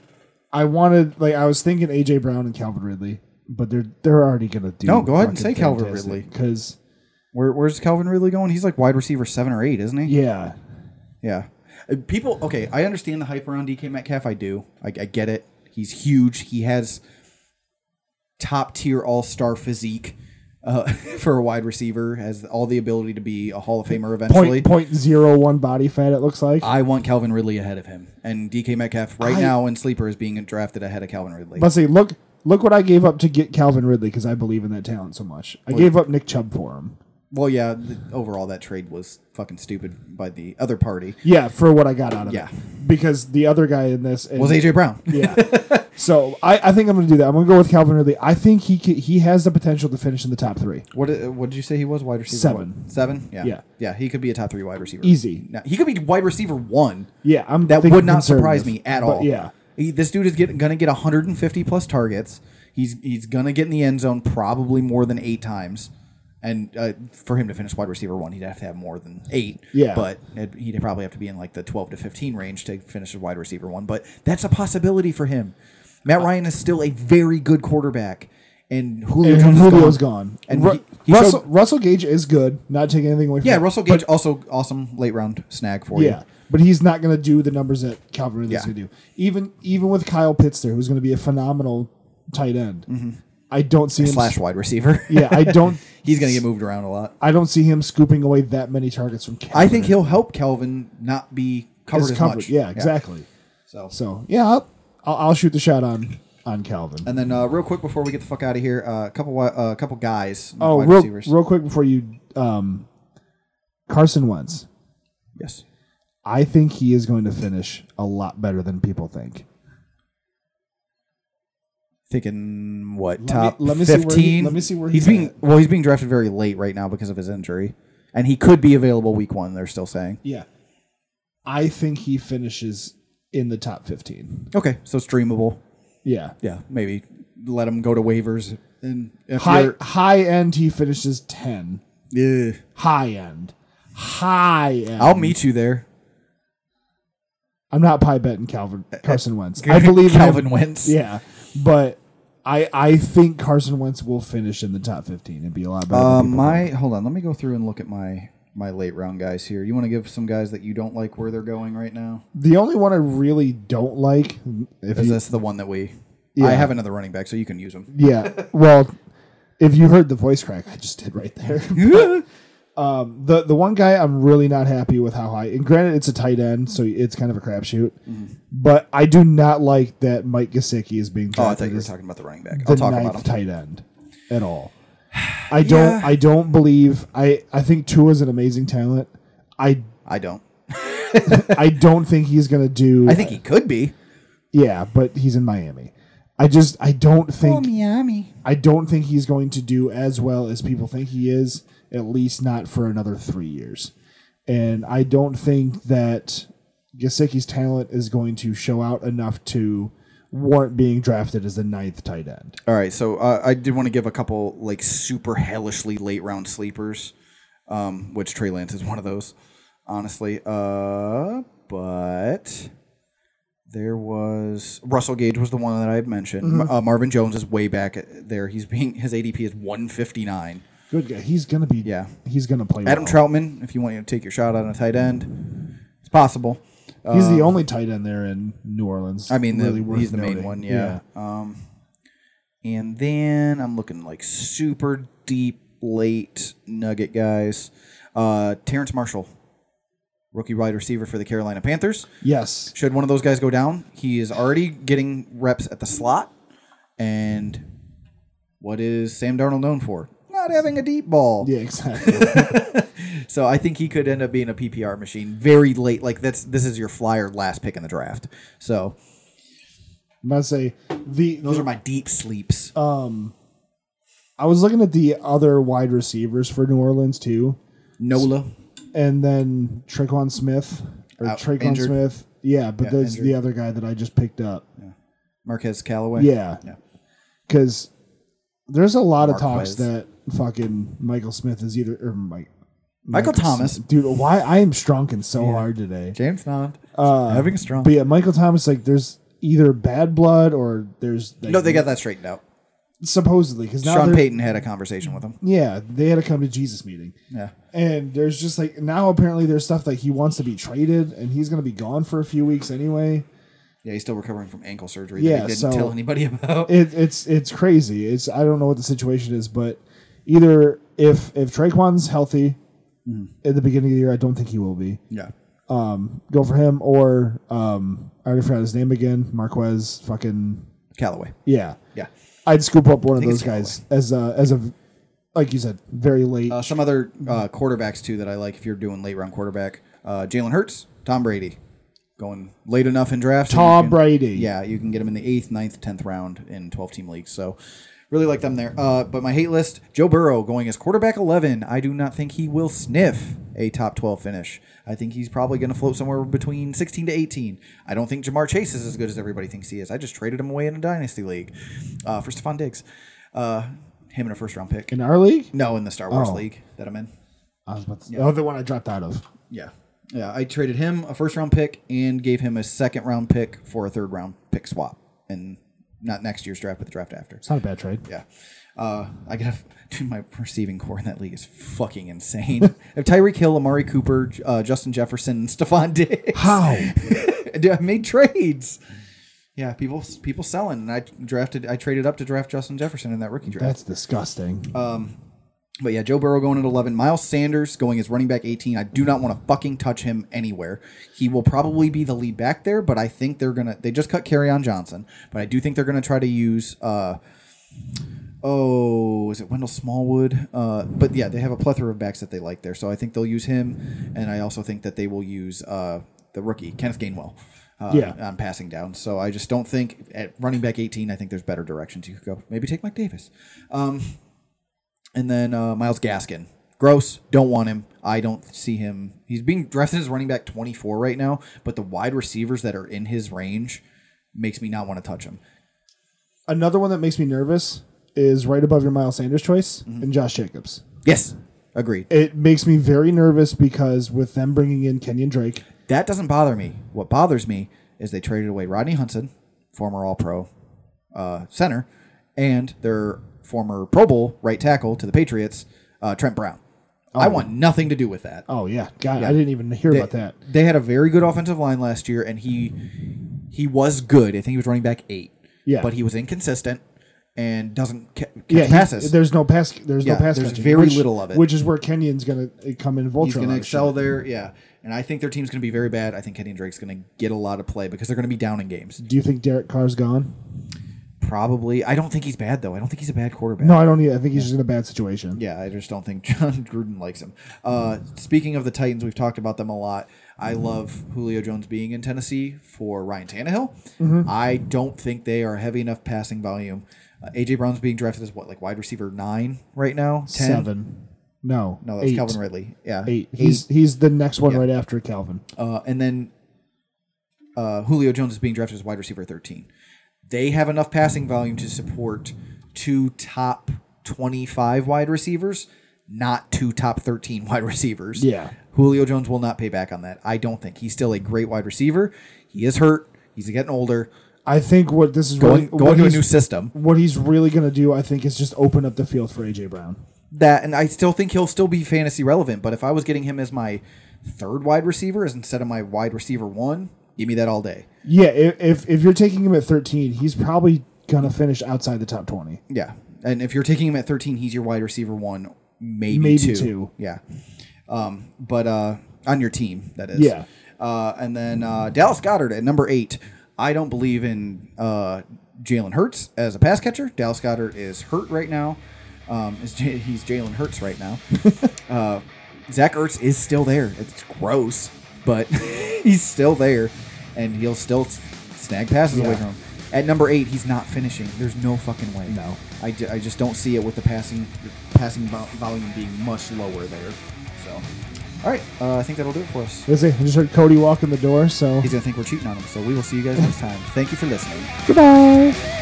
[SPEAKER 3] I wanted like I was thinking AJ Brown and Calvin Ridley, but they're they're already gonna do.
[SPEAKER 2] No, go ahead and say Calvin Ridley.
[SPEAKER 3] because
[SPEAKER 2] Where, where's Calvin Ridley going? He's like wide receiver seven or eight, isn't he?
[SPEAKER 3] Yeah.
[SPEAKER 2] Yeah. Uh, People, okay, I understand the hype around DK Metcalf. I do. I, I get it. He's huge. He has top tier all star physique uh, for a wide receiver, has all the ability to be a Hall of Famer eventually.
[SPEAKER 3] Point point zero one body fat. It looks like.
[SPEAKER 2] I want Calvin Ridley ahead of him. And DK Metcalf right
[SPEAKER 3] I-
[SPEAKER 2] now in Sleeper is being drafted ahead of Calvin Ridley.
[SPEAKER 3] But see, look look what I gave up to get Calvin Ridley because I believe in that talent so much. I gave up Nick Chubb for him.
[SPEAKER 2] well, yeah, th overall, that trade was fucking stupid by the other party.
[SPEAKER 3] Yeah, for what I got out of
[SPEAKER 2] Yeah.
[SPEAKER 3] it. Because the other guy in this and-
[SPEAKER 2] Was AJ Brown.
[SPEAKER 3] Yeah. so I, I think I'm going to do that. I'm going to go with Calvin Ridley. I think he ca he has the potential to finish in the top three.
[SPEAKER 2] What did, what did you say he was? Wide receiver
[SPEAKER 3] Seven.
[SPEAKER 2] what? Seven? Yeah.
[SPEAKER 3] Yeah.
[SPEAKER 2] he could be a top three wide receiver.
[SPEAKER 3] Easy.
[SPEAKER 2] No, he could be wide receiver one.
[SPEAKER 3] Yeah, I'm.
[SPEAKER 2] That
[SPEAKER 3] thinking
[SPEAKER 2] would not surprise me
[SPEAKER 3] conservative.
[SPEAKER 2] at
[SPEAKER 3] But
[SPEAKER 2] all.
[SPEAKER 3] yeah.
[SPEAKER 2] He- this dude is get, gonna get 150 plus targets. He's he's gonna get in the end zone probably more than eight times. And uh, for him to finish wide receiver one, he'd have to have more than eight.
[SPEAKER 3] Yeah.
[SPEAKER 2] But it, he'd probably have to be in like the 12 to 15 range to finish as wide receiver one. But that's a possibility for him.
[SPEAKER 3] Uh,
[SPEAKER 2] Matt Ryan is still a very good quarterback. And Julio
[SPEAKER 3] And
[SPEAKER 2] Jones is
[SPEAKER 3] Julio's
[SPEAKER 2] gone.
[SPEAKER 3] gone.
[SPEAKER 2] And
[SPEAKER 3] And
[SPEAKER 2] he- he
[SPEAKER 3] Russell
[SPEAKER 2] showed-
[SPEAKER 3] Russell Gage is good. Not taking anything away. from
[SPEAKER 2] Yeah,
[SPEAKER 3] him,
[SPEAKER 2] Russell Gage also awesome late round snag for
[SPEAKER 3] But,
[SPEAKER 2] you.
[SPEAKER 3] yeah, but he's not going to do the numbers that Calvin Ridley's
[SPEAKER 2] Yeah.
[SPEAKER 3] going to do. Even even with Kyle Pitts there, who's going to be a phenomenal tight end, I don't see him
[SPEAKER 2] Mm-hmm. slash wide receiver.
[SPEAKER 3] Yeah, I don't.
[SPEAKER 2] he's gonna get moved around a lot.
[SPEAKER 3] I don't see him scooping away that many targets from. Calvin
[SPEAKER 2] I think he'll help Calvin not be covered
[SPEAKER 3] It's
[SPEAKER 2] as
[SPEAKER 3] covered.
[SPEAKER 2] much.
[SPEAKER 3] Yeah, exactly.
[SPEAKER 2] So.
[SPEAKER 3] So yeah, I'll, I'll, I'll shoot the shot on on Calvin.
[SPEAKER 2] and then uh, real quick before we get the fuck out of here, uh, a couple wi- uh, a couple guys.
[SPEAKER 3] oh,
[SPEAKER 2] wide
[SPEAKER 3] real,
[SPEAKER 2] receivers.
[SPEAKER 3] real quick before you, um, Carson Wentz.
[SPEAKER 2] yes.
[SPEAKER 3] I think he is going to finish a lot better than people think.
[SPEAKER 2] Thinking what
[SPEAKER 3] me-
[SPEAKER 2] top
[SPEAKER 3] let me see where he-
[SPEAKER 2] fifteen?
[SPEAKER 3] let me see where
[SPEAKER 2] he's
[SPEAKER 3] he's
[SPEAKER 2] being.
[SPEAKER 3] at.
[SPEAKER 2] Well, he's being drafted very late right now because of his injury, and he could be available week one. They're still saying.
[SPEAKER 3] Yeah, I think he finishes in the top fifteen.
[SPEAKER 2] Okay, so streamable.
[SPEAKER 3] Yeah,
[SPEAKER 2] Yeah, maybe let him go to waivers and if
[SPEAKER 3] high
[SPEAKER 2] you're-
[SPEAKER 3] high end he finishes ten.
[SPEAKER 2] yeah.
[SPEAKER 3] High end, high end.
[SPEAKER 2] I'll meet you there.
[SPEAKER 3] I'm not pie betting Calvin Carson Wentz. I believe in him.
[SPEAKER 2] Eh, Calvin Wentz.
[SPEAKER 3] Yeah, but I I think Carson Wentz will finish in the top fifteen and be a lot better.
[SPEAKER 2] Uh,
[SPEAKER 3] than people
[SPEAKER 2] my hold on, let me go through and look at my my late round guys here. You want to give some guys that you don't like where they're going right now?
[SPEAKER 3] think. the only one I really don't like, if
[SPEAKER 2] Is
[SPEAKER 3] you,
[SPEAKER 2] this the one that we? I
[SPEAKER 3] Yeah.
[SPEAKER 2] have another running back, so you can use him.
[SPEAKER 3] yeah, well, if you heard the voice crack I just did right there.
[SPEAKER 2] oh,
[SPEAKER 3] But, um, the the one guy I'm really not happy with how high, and granted it's a tight end, so it's kind of a crapshoot.
[SPEAKER 2] Mm-hmm.
[SPEAKER 3] But I do not like that Mike Gesicki is being
[SPEAKER 2] Oh, I
[SPEAKER 3] drafted
[SPEAKER 2] thought you were
[SPEAKER 3] as
[SPEAKER 2] talking about the running back.
[SPEAKER 3] the
[SPEAKER 2] I'll talk
[SPEAKER 3] ninth
[SPEAKER 2] about him.
[SPEAKER 3] tight end at all. I don't.
[SPEAKER 2] Yeah.
[SPEAKER 3] I don't believe. I I think Tua's an amazing talent. I
[SPEAKER 2] I don't.
[SPEAKER 3] I don't think he's gonna do.
[SPEAKER 2] I think he could be.
[SPEAKER 3] yeah, but he's in Miami. I just I don't think
[SPEAKER 2] Miami.
[SPEAKER 3] I don't think he's going to do as well as people think he is. At least not for another three years. And I don't think that Gasicki's talent is going to show out enough to warrant being drafted as the ninth tight end.
[SPEAKER 2] All right, so uh, I did want to give a couple like super hellishly late round sleepers, um, which Trey Lance is one of those, honestly. Uh, but there was Russell Gage was the one that I had mentioned. Uh, Marvin Jones is way back uh, there. He's being his ADP is one fifty nine.
[SPEAKER 3] Good guy. He's gonna be.
[SPEAKER 2] Yeah.
[SPEAKER 3] He's gonna play.
[SPEAKER 2] Adam
[SPEAKER 3] well.
[SPEAKER 2] Troutman, if you want to take your shot on a tight end, it's possible. Uh,
[SPEAKER 3] He's the only tight end there in New Orleans.
[SPEAKER 2] I mean, the-
[SPEAKER 3] worth
[SPEAKER 2] he's the main
[SPEAKER 3] noting.
[SPEAKER 2] one. Yeah. Um, and then I'm looking like super deep late nugget guys. Uh, Terrence Marshall, rookie wide receiver for the Carolina Panthers.
[SPEAKER 3] Yes.
[SPEAKER 2] Should one of those guys go down, he is already getting reps at the slot. And what is Sam Darnold known for? Not having a deep ball.
[SPEAKER 3] Yeah. Exactly.
[SPEAKER 2] So I think he could end up being a PPR machine very late. Like that's this is your flyer last pick in the draft. So
[SPEAKER 3] I'm about to say the.
[SPEAKER 2] those are my deep sleeps.
[SPEAKER 3] I was looking at the other wide receivers for New Orleans too,
[SPEAKER 2] Nola.
[SPEAKER 3] and then Traquan Smith or
[SPEAKER 2] Out-
[SPEAKER 3] Traquan
[SPEAKER 2] injured.
[SPEAKER 3] Smith. Yeah, but
[SPEAKER 2] Yeah,
[SPEAKER 3] that's the
[SPEAKER 2] injured.
[SPEAKER 3] other guy that I just picked up.
[SPEAKER 2] Marquez Callaway.
[SPEAKER 3] Yeah.
[SPEAKER 2] Yeah.
[SPEAKER 3] Because there's a lot of talks
[SPEAKER 2] Marquez.
[SPEAKER 3] that fucking Michael Smith is either or Mike.
[SPEAKER 2] Michael Thomas.
[SPEAKER 3] Smith- dude. Why I am strunking so hard today.
[SPEAKER 2] James Nod. Uh, having a strong.
[SPEAKER 3] But yeah, Michael Thomas, like, there's either bad blood or there's like,
[SPEAKER 2] No, they got that straightened out.
[SPEAKER 3] supposedly because now
[SPEAKER 2] Sean
[SPEAKER 3] they're-
[SPEAKER 2] Payton had a conversation with him.
[SPEAKER 3] yeah, they had a come to Jesus meeting.
[SPEAKER 2] Yeah.
[SPEAKER 3] And there's just like now apparently there's stuff like he wants to be traded and he's gonna be gone for a few weeks anyway.
[SPEAKER 2] Yeah, he's still recovering from ankle surgery
[SPEAKER 3] Yeah,
[SPEAKER 2] that he didn't
[SPEAKER 3] so-
[SPEAKER 2] tell anybody about.
[SPEAKER 3] It, it's it's crazy. It's I don't know what the situation is, but either if if Traquan's healthy at the beginning of the year, I don't think he will be.
[SPEAKER 2] yeah.
[SPEAKER 3] Go for him or um I already forgot his name again, Marquez fucking
[SPEAKER 2] Callaway.
[SPEAKER 3] yeah.
[SPEAKER 2] Yeah.
[SPEAKER 3] I'd scoop up one of
[SPEAKER 2] think
[SPEAKER 3] those
[SPEAKER 2] it's
[SPEAKER 3] guys as a as a like you said, very late.
[SPEAKER 2] Uh, some other uh, quarterbacks too that I like if you're doing late round quarterback. Uh, Jalen Hurts, Tom Brady, going late enough in drafts.
[SPEAKER 3] Tom Brady.
[SPEAKER 2] Yeah, you can get him in the eighth, ninth, tenth round in twelve team leagues. So really like them there. Uh, but my hate list: Joe Burrow going as quarterback eleven. I do not think he will sniff a top twelve finish. I think he's probably going to float somewhere between sixteen to eighteen. I don't think Jamar Chase is as good as everybody thinks he is. I just traded him away in a dynasty league uh, for Stephon Diggs. Uh, him in a first round pick.
[SPEAKER 3] in our league?
[SPEAKER 2] No, in the Star Wars
[SPEAKER 3] Oh.
[SPEAKER 2] league that I'm in.
[SPEAKER 3] I was about to, The other one I dropped out of.
[SPEAKER 2] Yeah. Yeah. I traded him a first round pick and gave him a second round pick for a third round pick swap. And not next year's draft, but the draft after.
[SPEAKER 3] It's not a bad trade.
[SPEAKER 2] Yeah. Uh, I got dude, my receiving core in that league is fucking insane. I have Tyreek Hill, Amari Cooper, J- uh, Justin Jefferson, and Stephon Diggs.
[SPEAKER 3] How?
[SPEAKER 2] Dude, I made trades. Yeah, people people selling, and I drafted. I traded up to draft Justin Jefferson in that rookie draft.
[SPEAKER 3] That's disgusting.
[SPEAKER 2] Uh, But yeah, Joe Burrow going at 11. Miles Sanders going as running back 18. I do not want to fucking touch him anywhere. He will probably be the lead back there, but I think they're going to. They just cut Carry on Johnson, but I do think they're going to try to use. Uh, oh, is it Wendell Smallwood? Uh, but yeah, they have a plethora of backs that they like there. So I think they'll use him. And I also think that they will use uh, the rookie, Kenneth Gainwell. Uh,
[SPEAKER 3] Yeah.
[SPEAKER 2] on passing down, so I just don't think at running back 18. I think there's better directions you could go. Maybe take Mike Davis. And then uh, Miles Gaskin. Gross. Don't want him. I don't see him. He's being drafted as running back 24 right now, but the wide receivers that are in his range makes me not want to touch him.
[SPEAKER 3] Another one that makes me nervous is right above your Miles Sanders choice
[SPEAKER 2] Mm-hmm.
[SPEAKER 3] and Josh Jacobs.
[SPEAKER 2] Yes. Agreed.
[SPEAKER 3] It makes me very nervous because with them bringing in Kenyon Drake,
[SPEAKER 2] That doesn't bother me. What bothers me is they traded away Rodney Hudson, former All Pro uh, center, and their former Pro Bowl right tackle to the Patriots, uh, Trent Brown. I want nothing to do with that.
[SPEAKER 3] oh yeah, God, I didn't even hear about that.
[SPEAKER 2] They had a very good offensive line last year, and he he was good. I think he was running back eight.
[SPEAKER 3] Yeah.
[SPEAKER 2] but he was inconsistent and doesn't ca- catch
[SPEAKER 3] Yeah, he-
[SPEAKER 2] passes.
[SPEAKER 3] there's no pass. There's
[SPEAKER 2] Yeah,
[SPEAKER 3] no pass.
[SPEAKER 2] there's
[SPEAKER 3] catching,
[SPEAKER 2] very
[SPEAKER 3] which-
[SPEAKER 2] little of it.
[SPEAKER 3] which is where Kenyon's gonna uh, come in. Vulture.
[SPEAKER 2] He's going to excel there. Yeah, and I think their team's going to be very bad. I think Kenny and Drake's going to get a lot of play because they're going to be down in games.
[SPEAKER 3] Do you think Derek Carr's gone?
[SPEAKER 2] Probably. I don't think he's bad though. I don't think he's a bad quarterback.
[SPEAKER 3] No, I don't. Either. I think he's just in a bad situation.
[SPEAKER 2] Yeah, I just don't think John Gruden likes him. Uh, speaking of the Titans, we've talked about them a lot. I love Julio Jones being in Tennessee for Ryan Tannehill.
[SPEAKER 3] Mm-hmm.
[SPEAKER 2] I don't think they are heavy enough passing volume. Uh, AJ Brown's being drafted as what, like wide receiver nine right now? Ten?
[SPEAKER 3] Seven. No.
[SPEAKER 2] No, that's
[SPEAKER 3] eight.
[SPEAKER 2] Calvin Ridley. Yeah,
[SPEAKER 3] Eight. He's he's the next one right after Calvin.
[SPEAKER 2] Uh, and then uh, Julio Jones is being drafted as wide receiver 13. They have enough passing volume to support two top 25 wide receivers, not two top 13 wide receivers.
[SPEAKER 3] Yeah.
[SPEAKER 2] Julio Jones will not pay back on that. I don't think. He's still a great wide receiver. He is hurt. He's getting older.
[SPEAKER 3] I think what this is
[SPEAKER 2] Going,
[SPEAKER 3] really what
[SPEAKER 2] going to a
[SPEAKER 3] he's-
[SPEAKER 2] new system.
[SPEAKER 3] what he's really going to do, I think, is just open up the field for AJ Brown.
[SPEAKER 2] That and I still think he'll still be fantasy relevant, but if I was getting him as my third wide receiver as instead of my wide receiver one, give me that all day.
[SPEAKER 3] Yeah, if if, if you're taking him at 13, he's probably going to finish outside the top 20.
[SPEAKER 2] Yeah, and if you're taking him at 13, he's your wide receiver one, maybe,
[SPEAKER 3] Maybe
[SPEAKER 2] two.
[SPEAKER 3] two.
[SPEAKER 2] Yeah, um, but uh, on your team, that is.
[SPEAKER 3] Yeah.
[SPEAKER 2] Uh, and then uh, Dallas Goddard at number eight. I don't believe in uh, Jalen Hurts as a pass catcher. Dallas Goddard is hurt right now. Um, is J- he's Jalen Hurts right now. uh, Zach Ertz is still there. It's gross, but he's still there, and he'll still s- snag passes away
[SPEAKER 3] Yeah.
[SPEAKER 2] from him. At number eight, he's not finishing. There's no fucking way. No, I, ju- I just don't see it with the passing passing vo- volume being much lower there. So, all right, uh, I think that'll do it for us.
[SPEAKER 3] That's it. I just heard Cody walk in the door, so
[SPEAKER 2] He's gonna think we're cheating on him. So we will see you guys next time. Thank you for listening.
[SPEAKER 3] goodbye.